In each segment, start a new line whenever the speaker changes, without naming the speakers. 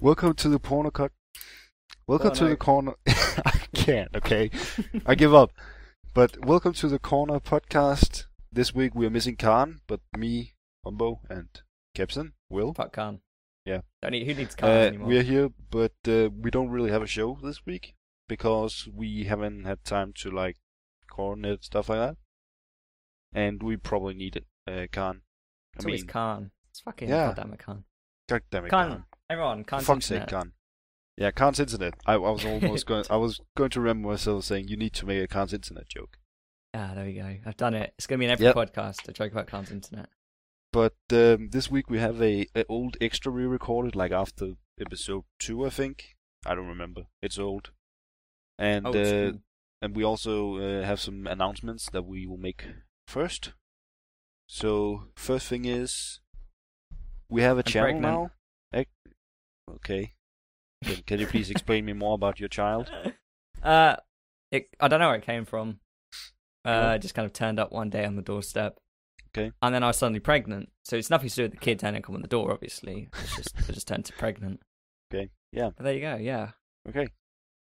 Welcome to the porno cut. Welcome to
Porno.
the corner. I can't. Okay, I give up. But welcome to the corner podcast. This week we are missing Khan, but me, Humbo, and Captain Will.
Fuck Khan.
Yeah.
Don't need, who needs Khan
Uh,
anymore?
we are here, but uh, we don't really have a show this week because we haven't had time to like coordinate stuff like that, and we probably need uh, Khan. I
it's always
mean,
Khan. It's fucking
Yeah.
goddamn it, Khan.
God damn it,
Khan. Everyone, Khan's
Fuck's sake,
internet.
Khan. Yeah, Khan's internet. I, I was almost going. I was going to remember myself saying you need to make a Khan's internet joke.
Ah, there we go. I've done it. It's gonna be in every
Yep.
podcast. A joke about Khan's internet.
But um, this week we have a, a old extra we recorded, like after episode two, I think. I don't remember. It's old. And
Oh,
uh,
it's cool.
and we also uh, have some announcements that we will make first. So first thing is we have a
I'm
channel
pregnant.
now. Ec- Okay. Can, can you please explain me more about your child?
Uh, it, I don't know where it came from. Uh,
Yeah.
it just kind of turned up one day on the doorstep.
Okay.
And then I was suddenly pregnant. So it's nothing to do with the kid turning up on the door, obviously. It's just, I just turned to pregnant.
Okay. Yeah.
But there you go. Yeah.
Okay.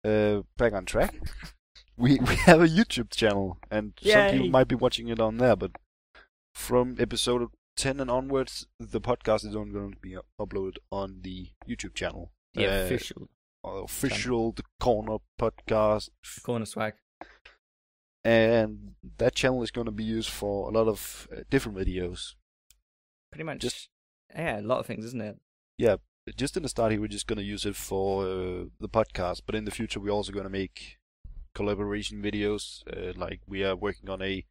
Uh, back on track. We we have a YouTube channel, and some people
Yay.
might be watching it on there. But from episode ten and onwards, the podcast is only going to be u- uploaded on the YouTube channel.
The
Uh,
official
uh, official the corner podcast,
corner swag.
and that channel is going to be used for a lot of uh, different videos.
Pretty much.
Just-
yeah, a lot of things, isn't it?
Yeah, just in the start here, we're just going to use it for uh, the podcast, but in the future, we're also going to make collaboration videos. Uh, like we are working on a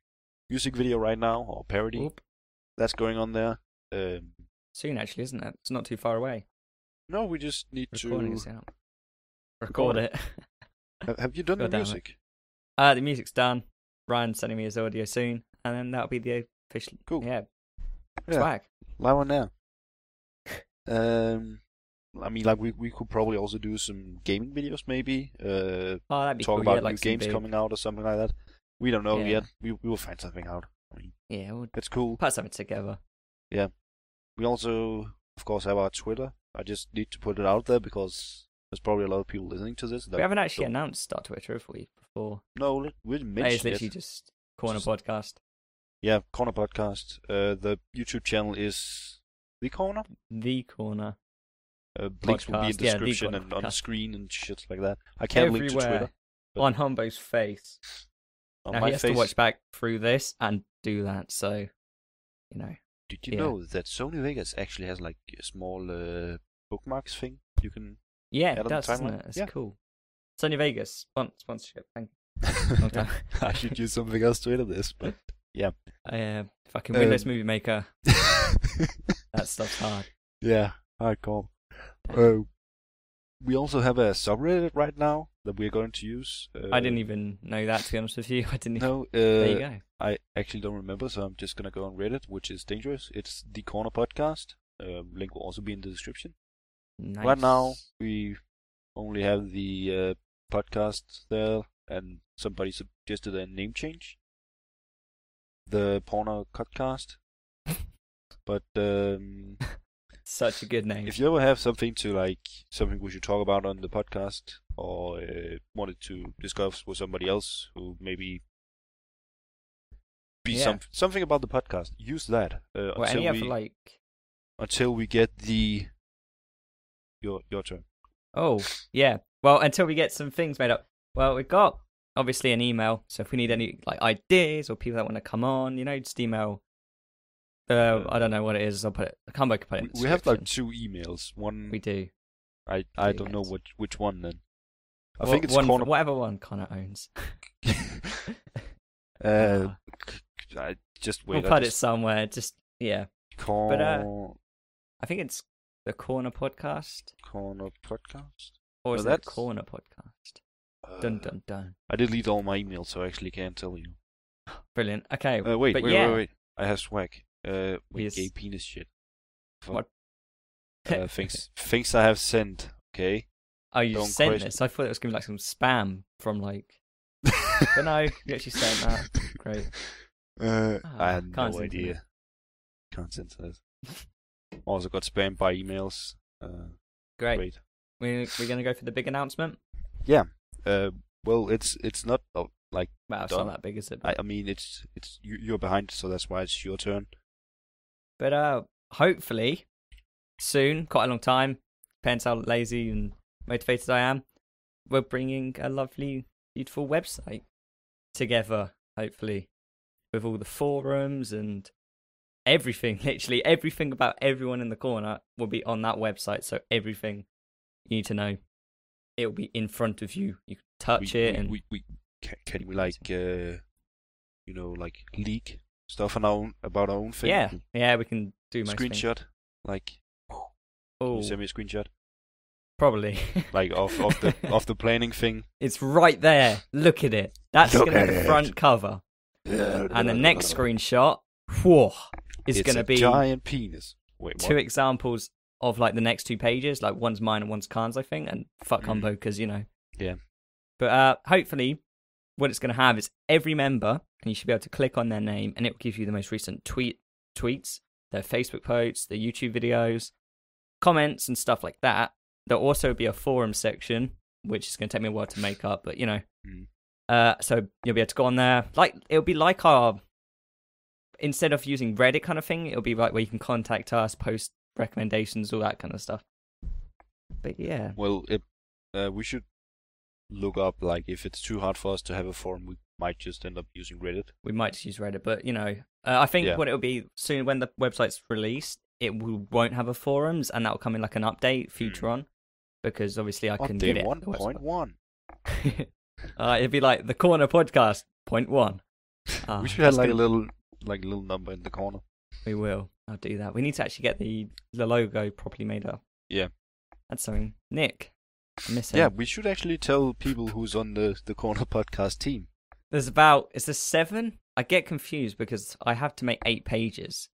music video right now or parody
Oop.
that's going on there. Um,
Soon, actually, isn't it? It's not too far away.
no, we just need
Recording
to.
is out. Record it.
Ha- Have you done the
Goddamn it.
music?
Uh, the music's done. Ryan's sending me his audio soon, and then that'll be the official.
Cool.
Yeah.
Yeah.
Swag.
Live on now. Um, I mean, like we we could probably also do some gaming videos, maybe. Uh,
Oh, that'd be
talk
cool.
about
yeah, like
new
some
games
big-
coming out or something like that. We don't know
Yeah.
yet. We we will find something out.
Yeah, we'll
It's cool.
put something together.
We also, of course, have our Twitter. I just need to put it out there because there's probably a lot of people listening to this.
we haven't actually
don't-
announced our Twitter, have we? Before
No, we didn't mention
it's literally
it.
just corner
Just-
podcast,
Yeah, Corner Podcast. Uh, the YouTube channel is The Corner.
the corner.
Uh, links will be in
Podcast, yeah, The
description
Corner
and on the
Podcast.
screen and shit like that. I can't
Everywhere
link to Twitter. but-
on Humbo's face.
On
now
my
he has
face,
to watch back through this and do that. So, you know,
did you
yeah.
know that Sony Vegas actually has like a small uh, bookmarks thing? You can.
yeah,
Add
it
on the
does, doesn't
timeline.
it? It's
Yeah.
cool. Sony Vegas spon- sponsorship. Thank you. Long time.
I should do something else to edit this, but yeah.
Uh, fucking
Um,
Windows Movie Maker. That stuff's hard.
Yeah, hardcore. Uh, we also have a subreddit right now that we're going to use. Uh,
I didn't even know that. To be honest with you, I didn't. Even...
No,
There you
uh,
go.
I actually don't remember, so I'm just gonna go on Reddit, which is dangerous. It's the Corner Podcast. Uh, link will also be in the description.
Nice.
Right now, we only have the uh, podcast there, and somebody suggested a name change. The Porno Podcast. but um,
such a good name.
If you ever have something to like, something we should talk about on the podcast, or uh, wanted to discuss with somebody else who maybe be
Yeah.
some something about the podcast, use that uh,
or
until
any
we
other like
until we get the your your turn.
Oh, yeah. Well, until we get some things made up. Well, we've got obviously an email. So if we need any like ideas or people that want to come on, you know, just email. Uh, I don't know what it is. I'll put it. I can't put it. In the
We, we have like
description.
two emails. One
we do.
I I
two
don't know
emails.
which which one then. I
Wha-
think it's
one,
corner.
whatever one Connor owns.
uh,
Ah.
I just
we'll
wait. I
put it
just
somewhere. Just yeah.
corner
uh, I think it's the Corner Podcast
corner podcast.
or
Well,
is it
that's-
the Corner Podcast?
Uh,
Dun dun dun.
I delete all my emails, so I actually can't tell you.
Brilliant. Okay.
Uh, wait,
but
wait,
yeah.
wait, wait. I have swag. Uh, wait,
Yes.
gay penis shit. Fuck.
What?
Uh, things, things I have sent. Okay.
Oh, you
Don't
sent
question-
this. I thought it was going to be like some spam from like. But no, you actually sent that. Great.
Uh, I
Ah,
had
can't
no
send to
idea. Can't send to this. also got spammed by emails. Uh,
Great.
Great.
We we're gonna go for the big announcement.
Uh, well, it's it's not uh, like
Well, it's
Done.
not that big, is it?
I, I mean it's it's you, you're behind, so that's why it's your turn.
But uh, hopefully, soon, quite a long time, depends how lazy and motivated I am, we're bringing a lovely, beautiful website together, hopefully, with all the forums and everything, literally everything about everyone in the corner will be on that website. So everything you need to know, it'll be in front of you. You can touch
we,
it
we,
and
we, we can, can we like uh, you know like leak stuff on our own, about our own thing.
yeah, yeah, we can do most things.
Screenshot. Like can
Oh,
you send me a screenshot.
probably.
Like of of the of the planning thing.
It's right there. Look at it. That's
Look
gonna
at
be the
it.
front cover. And the next screenshot, whoa, is
It's
gonna
a
be
giant penis. Wait,
two
what?
examples of like the next two pages, like one's mine and one's Khan's, I think, and fuck
Mm.
combo because you know.
Yeah.
But uh, hopefully, what it's gonna have is every member, and you should be able to click on their name, and it will give you the most recent tweet tweets, their Facebook posts, their YouTube videos, comments, and stuff like that. There'll also be a forum section, which is going to take me a while to make up, but you know.
Mm.
Uh, so you'll be able to go on there. Like it'll be like our instead of using Reddit kind of thing, it'll be like where you can contact us, post recommendations, all that kind of stuff. But yeah,
Well, it, uh, we should look up like if it's too hard for us to have a forum, we might just end up using Reddit.
we might just use Reddit, but you know, uh, I think
Yeah.
what it'll be soon when the website's released, it will, won't have a forums, and that'll come in like an update future
Hmm.
on, because obviously I can get
Update
it.
one
the website.
point one.
uh, it'd be like the corner podcast point one. Ah,
we should have
that's
like
gonna-
a little like a little number in the corner.
We will. I'll do that. We need to actually get the the logo properly made up.
Yeah.
That's something. Nick, I miss him.
Yeah, we should actually tell people who's on the the corner podcast team.
There's about is there seven? I get confused because I have to make eight pages.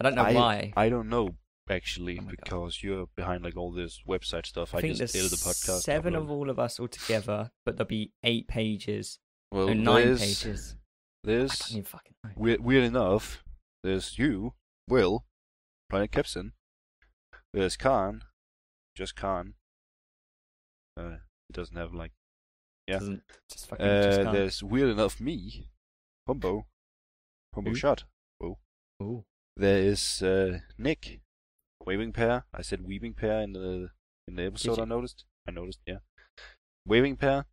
I don't know
I,
why.
I don't know actually
Oh my God.
because you're behind like all this website stuff. I,
think
just
there's
edit the podcast.
seven
upload.
of all of us all together, but there'll be eight pages
well,
or nine
there's,
pages. I don't
There's
even fucking know.
weird, weird enough. There's you, Will, Planet Kepson. There's Khan, just Khan. Uh, it doesn't have like. yeah.
Doesn't- just fucking just
Uh,
can't.
there's weird enough me, Humbo, Humbo
Who?
Shot.
Ooh.
There is uh, Nick, Waving Pair. I said Weaving Pair in the in the episode.
you?
I noticed. I noticed. Yeah, Waving Pair.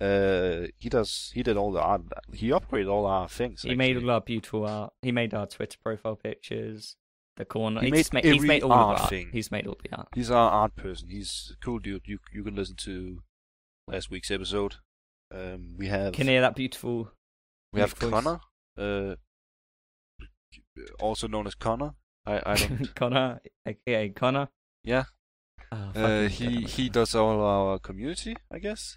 Uh, he does. He did all the art. He upgraded all our things.
He made
actually.
all our beautiful art. He made our Twitter profile pictures, the corner.
He
He
made
made, he's
every
made all the
art
art.
thing.
He's made all the art.
He's our art person. He's a cool dude. You you can listen to last week's episode. Um, we have
Can you hear that beautiful?
we have
Nick voice?
Connor, uh, also known as Connor. I I don't. uh,
Connor, aka Connor.
yeah.
Oh,
Uh,
fucking
he
Connor.
he does all our community. I guess.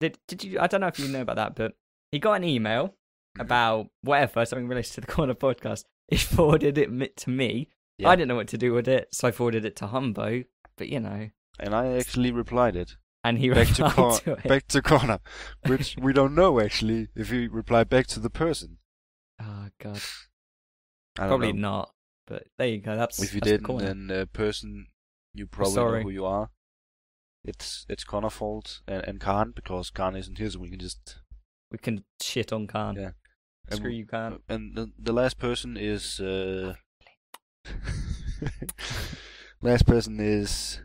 Did did you? I don't know if you know about that, but he got an email
Mhm.
about whatever something related to the corner podcast. He forwarded it mi- to me.
Yeah.
I didn't know what to do with it, so I forwarded it to Humbo. But you know,
And I actually replied it.
and he
back to
replied
Cor-
to it.
back to Connor, which we don't know actually if you reply back to the person.
Oh god,
I don't
probably
know.
not. But there you go. That's
If you
that's the
didn't,
corner.
then uh, person you probably
sorry.
know who you are. It's it's Connor's fault and, and Khan because Khan isn't here, so we can just
we can shit on Khan.
Yeah. and,
Screw
uh,
you, Khan.
And the, the last person is uh, last person is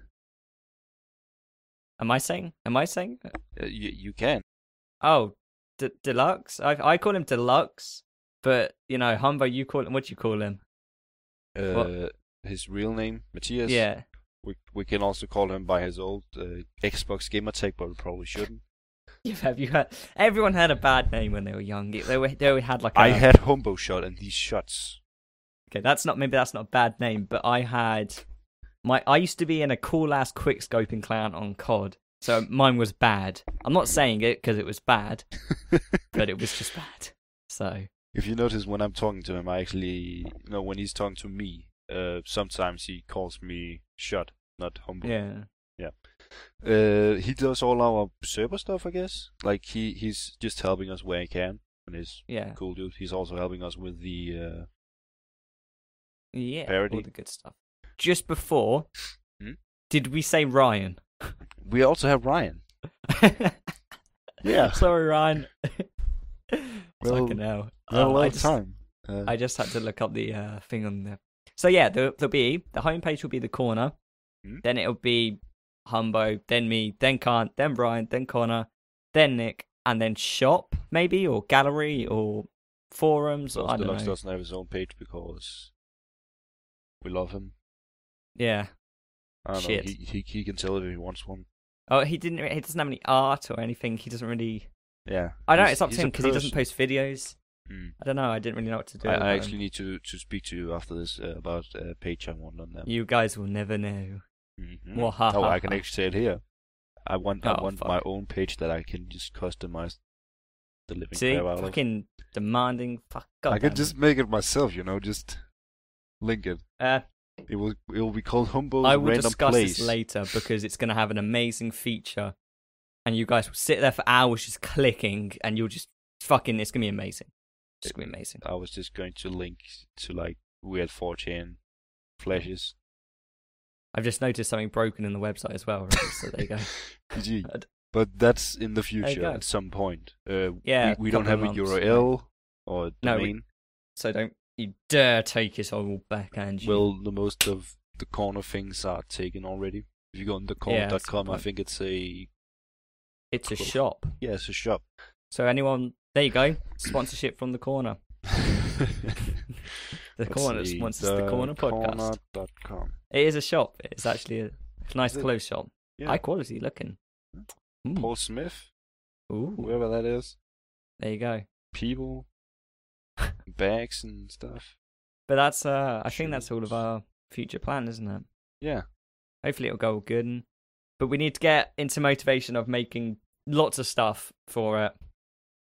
Am I saying? Am I saying?
uh, you you can
Oh, D- deluxe. I I call him deluxe, but you know, Humbo, you call him. What do you call him?
uh, his real name Matthias.
Yeah.
We we can also call him by his old uh, Xbox gamer tag, but we probably shouldn't.
You've, have you had? Everyone had a bad name when they were young. They were, they were- had like a
I had Humbo shot and these shots.
Okay, that's not maybe that's not a bad name, but I had my I used to be in a cool ass quickscoping clan on COD, so mine was bad. I'm not saying it because it was bad, but it was just bad. So
If you notice when I'm talking to him, I actually no when he's talking to me, uh, sometimes he calls me shot, not Humbo.
yeah,
Uh, he does all our server stuff, I guess. Like he he's just helping us where he can, and he's
yeah,
cool dude. He's also helping us with the uh,
yeah, all
Parody.
the good stuff. Just before
Hmm?
Did we say Ryan?
We also have Ryan. Yeah.
Sorry, Ryan.
Well,
Fucking hell.
Not a
Oh,
lot
I
of
just-
time. Um, Uh,
I just had to look up the uh, thing on there. So yeah, there, there'll be the homepage will be the corner,
Mhm.
then it'll be Humbo, then me, then Kant, then Brian, then Connor, then Nick, and then shop maybe or gallery or forums or I
Deluxe
don't know.
doesn't have his own page because we love him.
Yeah.
I don't
Shit.
know. He, he he can tell if he wants one.
Oh, he didn't. He doesn't have any art or anything. He doesn't really.
Yeah.
I don't know.
He's-
It's up to
he's a
him because he doesn't
person.
post videos.
Mm.
I don't know. I didn't really know what to do.
I,
about
I
him.
actually need to, to speak to you after this uh, about a page I want on them.
You guys will never know.
Mm-hmm.
Wahaha.
Oh, I can actually say it here. I want I
Oh,
want
fuck.
my own page that I can just customize the living
See,
crap out of.
fucking demanding. Fuck. God
I can just make it myself, you know, just link it.
Uh,
It will it will be called Humbo's
I will
Random
discuss
Place.
this later because it's going to have an amazing feature, and you guys will sit there for hours just clicking, and you'll just fucking. It's going to be amazing. It's going to be amazing.
I was just going to link to like weird 4chan flashes.
I've just noticed something broken in the website as well. Right? So there you go. Uh,
GG.
I'd-
But that's in the
you
future
go.
at some point. Uh,
Yeah,
we, we don't have
couple
a
of months.
URL or
No, we-
domain.
So don't you dare take it all back, Angie.
Well, the most of the corner things are taken already. If you go on the
Yeah, that's a
corner.com,
good
I
point.
think it's a
it's a
cool.
shop.
yeah, it's a shop.
So anyone, there you go. Sponsorship from the corner. The
Let's
corner
see,
sponsors the, corner podcast.
corner.com.
It is a shop. It's actually a nice
Is it?
clothes shop.
Yeah.
High quality looking. Mm.
Paul Smith,
Ooh,
whoever that is,
there you go.
people, bags and stuff.
But that's uh I think that's all
Shoes.
of our future plan, isn't it?
Yeah,
Hopefully it'll go all good. And, but we need to get into motivation of making lots of stuff for it.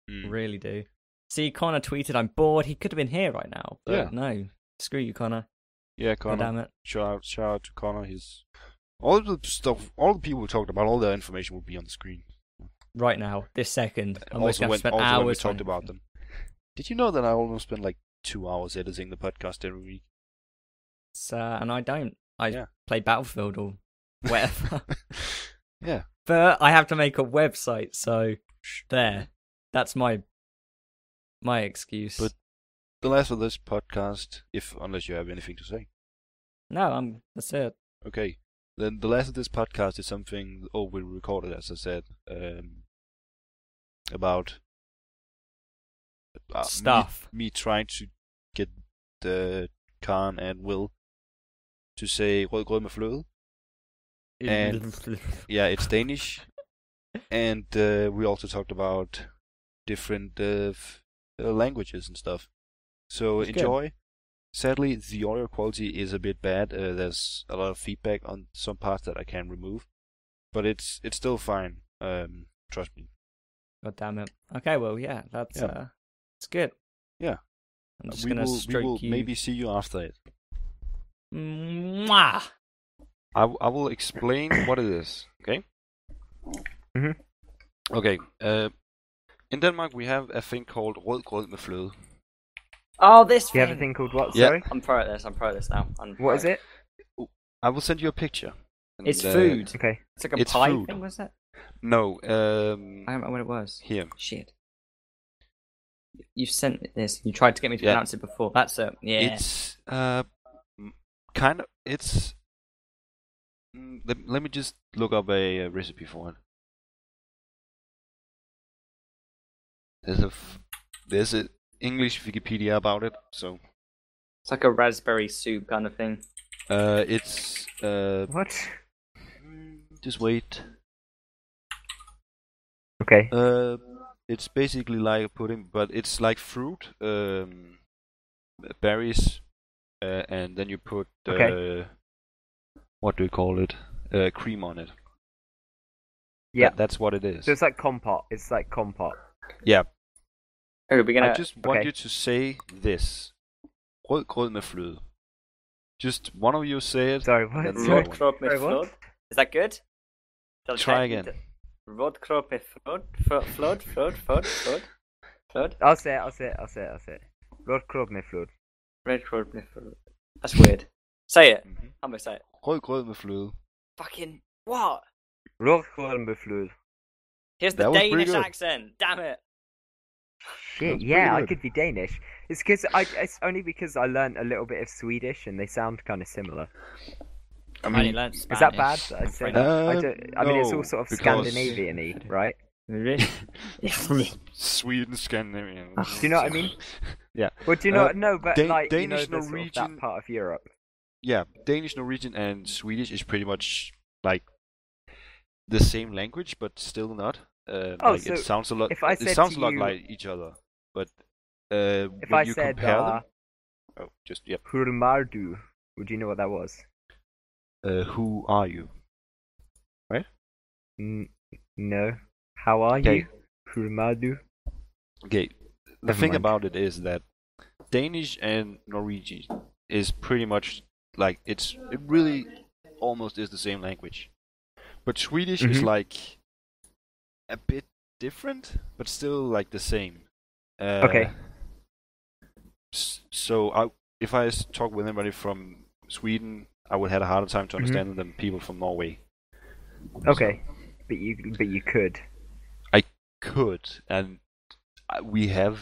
Mm.
Really do. See, Connor tweeted, "I'm bored." He could have been here right now, but
Yeah.
no. Screw you, Connor.
yeah,
God
Connor.
damn it.
Shout out, shout out to Connor. His all the stuff, all the people we talked about, all their information will be on the screen.
Right now, this second, I'm just
also,
gonna
when,
spend
also
hours
when we talked
running.
about them. Did you know that I almost spend like two hours editing the podcast every week?
So, uh, and I don't. I
Yeah.
play Battlefield or whatever.
Yeah.
but I have to make a website, so there. That's my my excuse.
But- The last of this podcast, if unless you have anything to say.
no, I'm that's it.
Okay. Then the last of this podcast is something oh we recorded as I said um, about uh, me-
Stuff.
Me, trying to get uh, Khan and Will to say rødgrød med fløde. And- Yeah, it's Danish. and uh, we also talked about different uh, f- uh, languages and stuff. So
That's good.
enjoy. Sadly, the audio quality is a bit bad. Uh, there's a lot of feedback on some parts that I can remove, but it's it's still fine. Um, trust me.
God damn it. Okay, well, yeah, that's
Yeah.
uh, it's good.
Yeah.
I'm just
we
gonna
will we
stroke
will
you.
maybe see you after it.
Mwah!
I, w- I will explain what it is. Okay.
Mhm.
Okay. Uh, in Denmark, we have a thing called rødgrød med fløde.
Oh, this
You have a
thing.
thing called what?
Yeah.
Sorry,
I'm pro at this. I'm pro at this now. I'm
what is
pro.
it?
I will send you a picture. and,
It's
uh,
food.
Okay,
It's like a
it's
pie
food.
thing, was it?
No, um,
I don't know what it was.
here.
Shit. You sent me this. You tried to get me to
Yeah.
pronounce it before. That's it. Yeah.
It's uh, m- kind of. It's. Mm, Let, let me just look up a, uh recipe for it. There's a f- there's an English Wikipedia about it, so
It's like a raspberry soup kind of thing.
uh, it's uh,
what?
just wait.
Okay,
Uh, it's basically like a pudding, but it's like fruit, um, berries, uh, and then you put uh,
Okay.
what do you call it? Uh, cream on it.
yeah.
That- that's what it is.
So it's like compote. It's like compote.
yeah,
Okay, we're gonna.
I just want
okay.
you to say this. Rødgrød med fløde. Just one of you say it.
Sorry, what?
That's
Sorry.
right.
Rodkrop med
Sorry, what?
flod. Is that good? Double
Try
check.
again.
Rodkrop med flod, flod, flod, flod, flod, flod, flod.
I'll say it. I'll say it. I'll say it. I'll say it. Lord Krog med flod.
Red crop med flod. That's weird. Say it.
Mhm.
Mm-hmm.
I'm gonna say it.
Rødgrød med fløde.
Fucking what?
Rörkorn med flood.
Here's the
That was pretty
Danish
good.
accent. Damn it.
Shit,
That's pretty
yeah, I
good.
could be Danish. It's because I. It's only because I learnt a little bit of Swedish and they sound kind of similar.
I
I didn't
mean,
learn
Is that bad?
Spanish.
that I,
I'm
said
afraid
not.
I,
Um,
don't- I mean, it's
no,
all sort of
because-
Scandinavian-y, right?
Sweden, Scandinavian.
Do you know what I mean?
Yeah.
Well, do you know?
Uh,
no, but
Dan-
like you know,
Danish,
the sort of
Norwegian-
that part of Europe.
yeah, Danish, Norwegian, and Swedish is pretty much like the same language, but still not. Uh,
Oh,
like
so
it sounds a lot.
if I
it
said
sounds
to
a lot
you-
like each other, but uh,
If
when
I
you
said
compare
uh,
them, oh, just yep.
"Hurmardu," would you know what that was?
Uh, who are you?
N- no. How are
Okay.
you? Hurmardu.
Okay, the
Never
thing
mind.
about it is that Danish and Norwegian is pretty much like it's it really almost is the same language, but Swedish is
Mhm.
like a bit different, but still like the same. Uh,
Okay.
s- So I, if I s- talk with anybody from Sweden, I would have a harder time to
Mm-hmm.
understand them than people from Norway
Okay, but you but you could.
could, and I- we have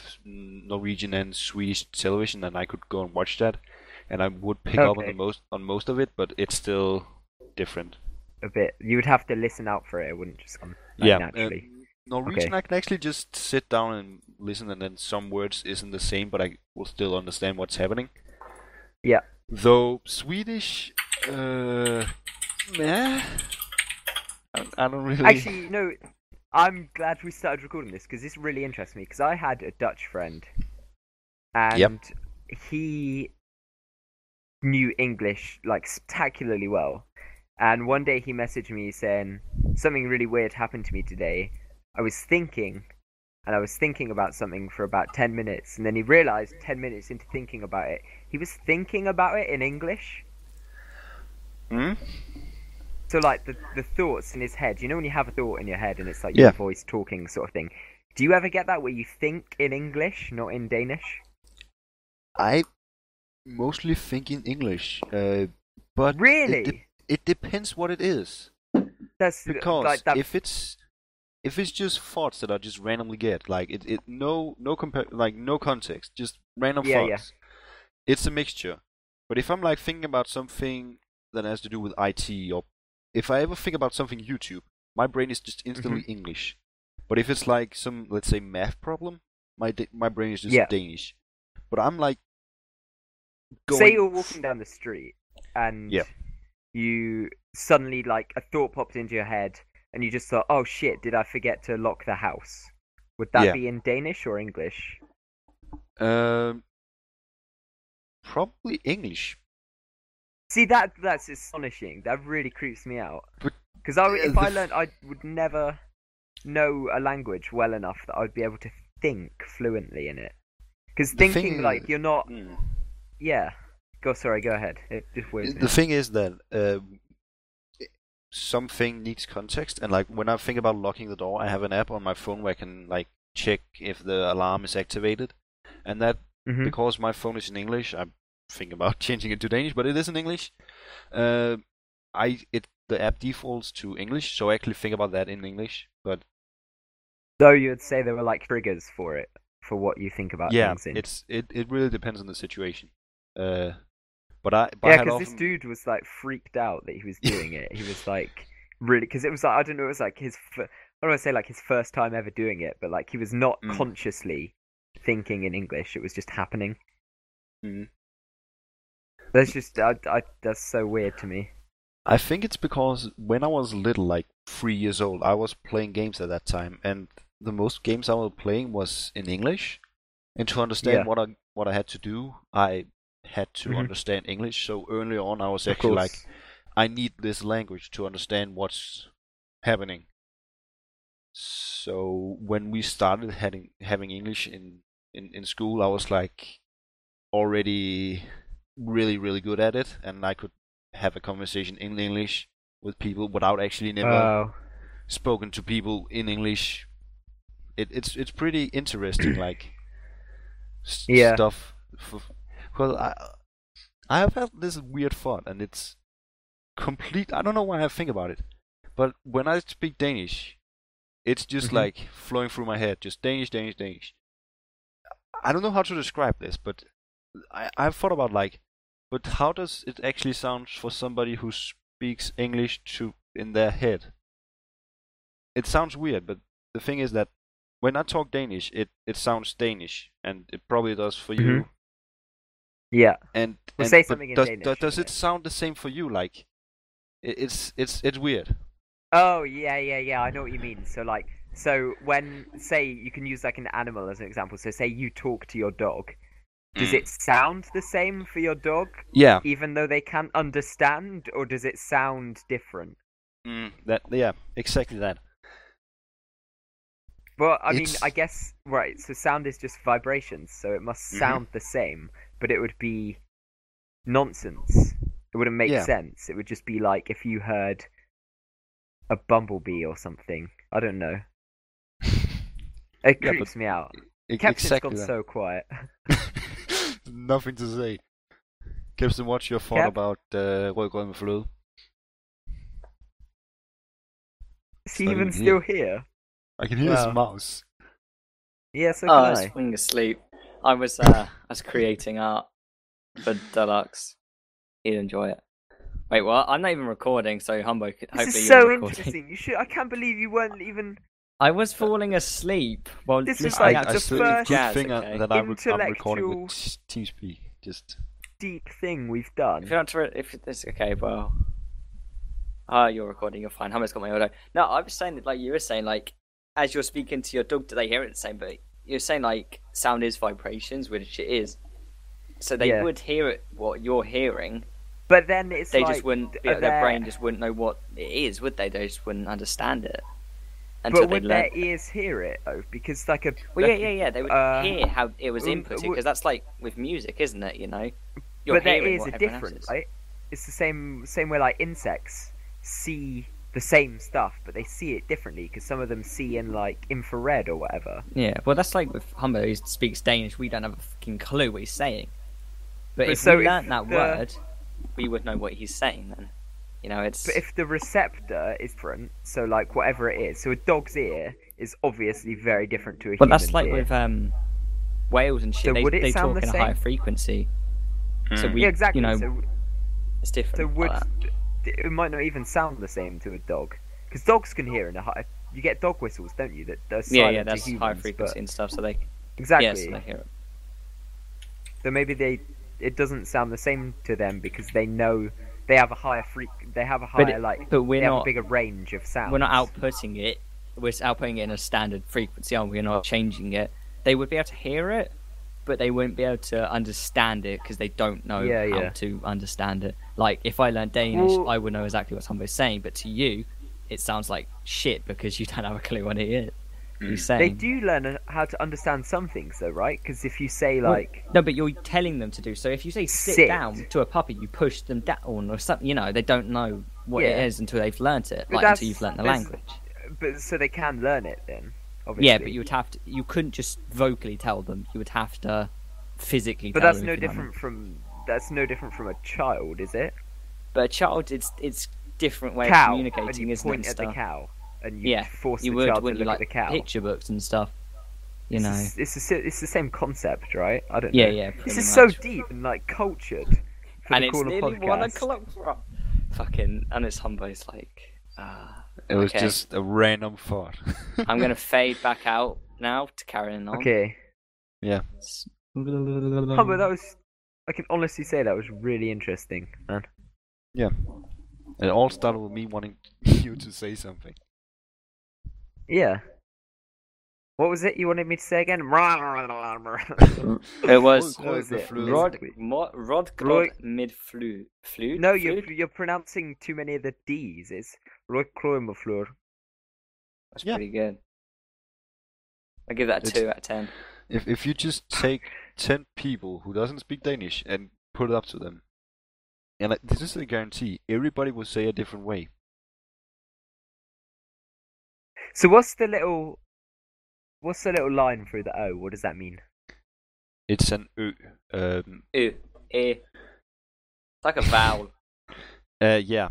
Norwegian and Swedish television, and I could go and watch that, and I would pick up on
Okay.
the most on most of it, but it's still different.
a bit. You would have to listen out for it. It wouldn't just come like,
Yeah, uh,
naturally.
Norwegian,
Okay.
I can actually just sit down and listen, and then some words isn't the same, but I will still understand what's happening.
Yeah.
Though Swedish, uh, meh. I, I don't really.
Actually, no. I'm glad we started recording this because this really interests me. Because I had a Dutch friend, and
Yep.
he knew English like spectacularly well. And one day he messaged me saying something really weird happened to me today. I was thinking, and I was thinking about something for about ten minutes, and then he realized ten minutes into thinking about it, he was thinking about it in English.
Hmm?
So like the the thoughts in his head. You know when you have a thought in your head and it's like
Yeah.
your voice talking sort of thing. Do you ever get that where you think in English, not in Danish?
I mostly think in English, uh, but it
Really?
de- it depends what it is.
That's
because
like that.
if it's if it's just thoughts that I just randomly get, like it, it no no compa- like no context, just random
Yeah, yeah.
thoughts. It's a mixture. But if I'm like thinking about something that has to do with IT, or if I ever think about something YouTube, my brain is just instantly
Mm-hmm.
English. But if it's like some let's say math problem, my da- my brain is just
Yeah.
Danish. But I'm like
say you're walking down the street and
Yeah.
you suddenly like a thought popped into your head and you just thought, "Oh shit, did I forget to lock the house?" Would that
Yeah.
be in Danish or English?
um, probably English
See that that's astonishing. That really creeps me out.
But-
Because I, would-
Yeah,
if
the
I
f-
learned, I would never know a language well enough that I'd be able to think fluently in it. Because
The
thinking
thing-
like you're not,
Hmm.
yeah. Go, sorry, go ahead. It just weirds me.
the thing is that uh, something needs context and like when i think about locking the door i have an app on my phone where i can like check if the alarm is activated and that
Mhm.
because my phone is in english i'm thinking about changing it to danish but it is in english uh, i it the app defaults to english so i actually think about that in english but
Though you would say there were like triggers for it, for what you think about
yeah
things in.
it's it, it really depends on the situation uh, but i but I
yeah,
had
because this
often-
dude was like freaked out that he was doing it. He was like really because it was like I don't know, it was like his fir- I don't want to say like his first time ever doing it, but like he was not
Mm.
consciously thinking in English. It was just happening.
Mm.
That's just I, I, that's so weird to me.
I think it's because when I was little, like three years old, I was playing games at that time, and the most games I was playing was in English. And to understand
Yeah.
what I what I had to do, I had to
Mhm.
understand English. So early on, I was
Of
actually like,
course.
I need this language to understand what's happening. So when we started having having English in in, in school, I was like already really really good at it, and I could have a conversation in English with people without actually never
Oh.
spoken to people in English. It, it's it's pretty interesting, like s-
Yeah.
stuff. For, well, I I have had this weird thought, and it's complete. I don't know why I think about it, but when I speak Danish, it's just
Mhm.
like flowing through my head, just Danish, Danish, Danish. I don't know how to describe this, but I, I've thought about like, but how does it actually sound for somebody who speaks English to in their head? It sounds weird, but the thing is that when I talk Danish, it, it sounds Danish, and it probably does for you.
Yeah.
And,
Mm-hmm. Well,
and-
say
but
something in
does,
Danish,
does, does it
okay.
sound the same for you? Like, it, it's it's it's weird.
Oh yeah, yeah, yeah. I know what you mean. So like, so when say you can use like an animal as an example. So say you talk to your dog. Does
Mm.
it sound the same for your dog,
Yeah.
even though they can't understand, or does it sound different? Mm.
That yeah, exactly that.
Well, I mean,
It's-
I guess right. So sound is just vibrations, so it must
Mhm.
sound the same, but it would be nonsense. It wouldn't make
Yeah.
sense. It would just be like if you heard a bumblebee or something. I don't know. It
Yeah, but-
creeps me out.
E-
Captain's
exactly
gone
that.
so quiet.
Nothing to say. Kirsten, what's your thought
Cap?
about uh, Rødgrød med fløde?
Is he
Not
even
even
still here?
I can hear
Wow.
his mouse.
Yeah, so
oh, I
can
was
I.
falling asleep. I was uh, I was creating art for Deluxe. He'd enjoy it. Wait, well, I'm not even recording, so Humbo, could- hopefully
This is
you're
so
recording.
interesting. You should. I can't believe you weren't even
I was falling asleep. Well,
This is
I,
like
I,
I
the
still
first
good
jazz,
thing uh,
okay?
that I'm, rec- I'm recording with
Intellectual-
t- TeamSpeak. Just
deep thing we've
If
done.
you're not sure, if it's okay, well, ah, you're recording. You're fine. Humbo's got my audio. No, I was saying that, like you were saying, like as you're speaking to your dog, do they hear it the same? But you're saying like sound is vibrations, which it is. So they
Yeah.
would hear it what you're hearing.
But then it's
They
like
just wouldn't. uh,
are
Their,
there-
brain just wouldn't know what it is, would they? They just wouldn't understand it until
But
they
would
learn.
their ears hear it though? Because like a
Well, yeah,
like-
yeah, yeah. They would
uh,
hear how it was
um,
inputted
w-
because that's like with music, isn't it? You know, you're
but their
hearing
ears
what
are
everyone else
different,
is.
right? It's the same same way like insects see the same stuff, but they see it differently because some of them see in like infrared or whatever.
Yeah, well, that's like with Humbo, who speaks Danish, we don't have a fucking clue what he's saying. But,
But
if
so
we
if
learnt that
the-
word, we would know what he's saying then. You know, it's.
But if the receptor is different, so like whatever it is, so a dog's ear is obviously very different to a
but
human's
that's like
ear.
with um, whales and shit.
So
they
would it
they
sound
talk
the
in a higher
same?
frequency. So
Mm.
we,
yeah, exactly.
you know,
so,
it's different.
so
like
would
that.
it might not even sound the same to a dog because dogs can hear in a high. You get dog whistles, don't you? That are
Yeah,
silent
yeah,
to
that's high
humans,
frequency
But...
and stuff. So they, yeah,
Exactly.
so they hear it.
so maybe they it doesn't sound the same to them because they know they have a higher freak. They have a
But,
higher
it,
like.
but we're
they have
not
a bigger range of sounds.
we're not outputting it. We're just outputting it in a standard frequency, aren't we? We're not changing it. They would be able to hear it, but they wouldn't be able to understand it because they don't know
Yeah,
how
yeah.
to understand it. Like if I learned Danish,
Well-
I would know exactly what somebody's saying, but to you, it sounds like shit because you don't have a clue what it is. You're saying.
Mm. They do learn how to understand some things though, right? Because if you say
Well,
like.
no, but you're telling them to do so. If you say sit,
Sit.
down to a puppy, you push them down or something. You know, they don't know what
Yeah.
it is until they've learnt it,
But
like until
that's-
you've learnt the
that's-
language.
But so they can learn it then. Obviously.
Yeah, but you would have to. You couldn't just vocally tell them. You would have to physically.
But
tell
that's
them,
no
if you know what I mean.
different from that's no different from a child, is it?
But a child, it's it's different way
cow.
of
and
communicating,
you
isn't it?
point
and
at the
stuff?
cow, and you
Yeah,
force
You
the
would
child to
when you
look
like
at the cow.
picture books and stuff. You
It's
know.
a- it's a, si- it's the same concept, right? I don't
Yeah,
know.
yeah.
This
pretty
is
much.
so deep and like cultured. For
and
the
it's
Caller
nearly
podcast.
one o'clock. bro. Fucking and it's Humbo's like. Uh,
It was
Okay.
just a random thought.
I'm gonna fade back out now to carrying on.
Okay,
Um,
Humber, that was. I can honestly say that was really interesting, man.
it all started with me wanting you to say something.
Yeah. What was it you wanted me to say again?
It was
Rødgrød
was
med
it?
fløde.
Rod Mo- Rodgrod
Roy-
mid flu flu.
no, you're you're pronouncing too many of the D's. It's Roykroymoflur.
That's
Yeah.
pretty good. I give that a
It's-
two out of ten.
If if you just take ten people who doesn't speak Danish and put it up to them, and I, this is a guarantee, everybody will say a different way.
So what's the little what's the little line through the O? What does that mean?
It's an ø. Um,
Ooh, eh. It's like a vowel.
uh, yeah,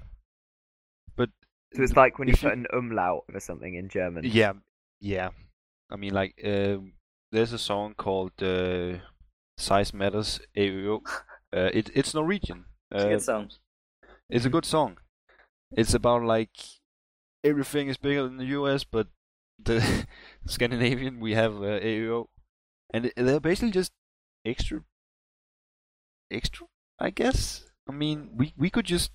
So it's like when you
If
put
you-
an umlaut over something in German.
Yeah, yeah. I mean, like, um there's a song called uh, "Size Matters." AO. Uh, it it's Norwegian.
It's a
Uh,
good song.
it's a good song. It's about like everything is bigger in the U.S., but the Scandinavian we have uh, AO, and they're basically just extra, extra. I guess. I mean, we we could just.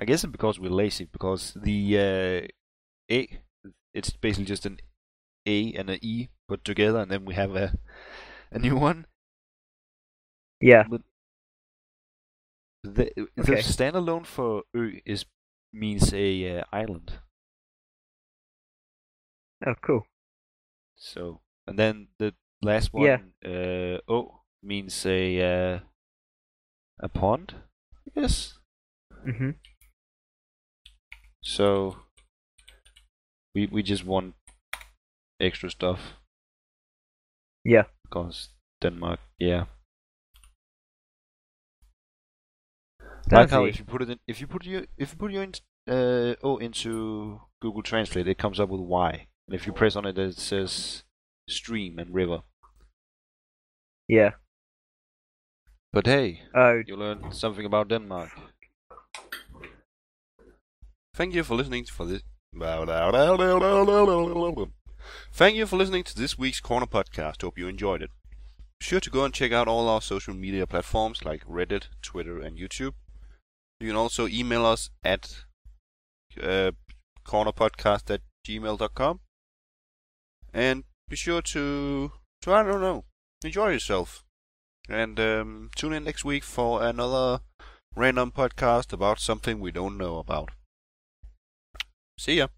I guess it's because we're lazy. Because the uh, A, it's basically just an A and an E put together, and then we have a a new one.
Yeah.
The, the
Okay.
standalone for Ø is means a uh, island.
Oh, cool.
So and then the last one,
Yeah.
uh, O means a uh, a pond. Yes.
hmm
So we we just want extra stuff.
Yeah.
Because Denmark, yeah. Like how
Danzy.
if you put it in, if you put your if you put your in, uh, O into Google Translate, it comes up with Y, and if you press on it, it says stream and river.
Yeah.
But hey,
Oh,
you learned something about Denmark.
Thank you for listening for this. Thank you for listening to this week's Corner Podcast. Hope you enjoyed it. Be sure to go and check out all our social media platforms like Reddit, Twitter, and YouTube. You can also email us at uh, cornerpodcast at gmail.com. And be sure to, to, I don't know, enjoy yourself. And um, tune in next week for another random podcast about something we don't know about. See ya.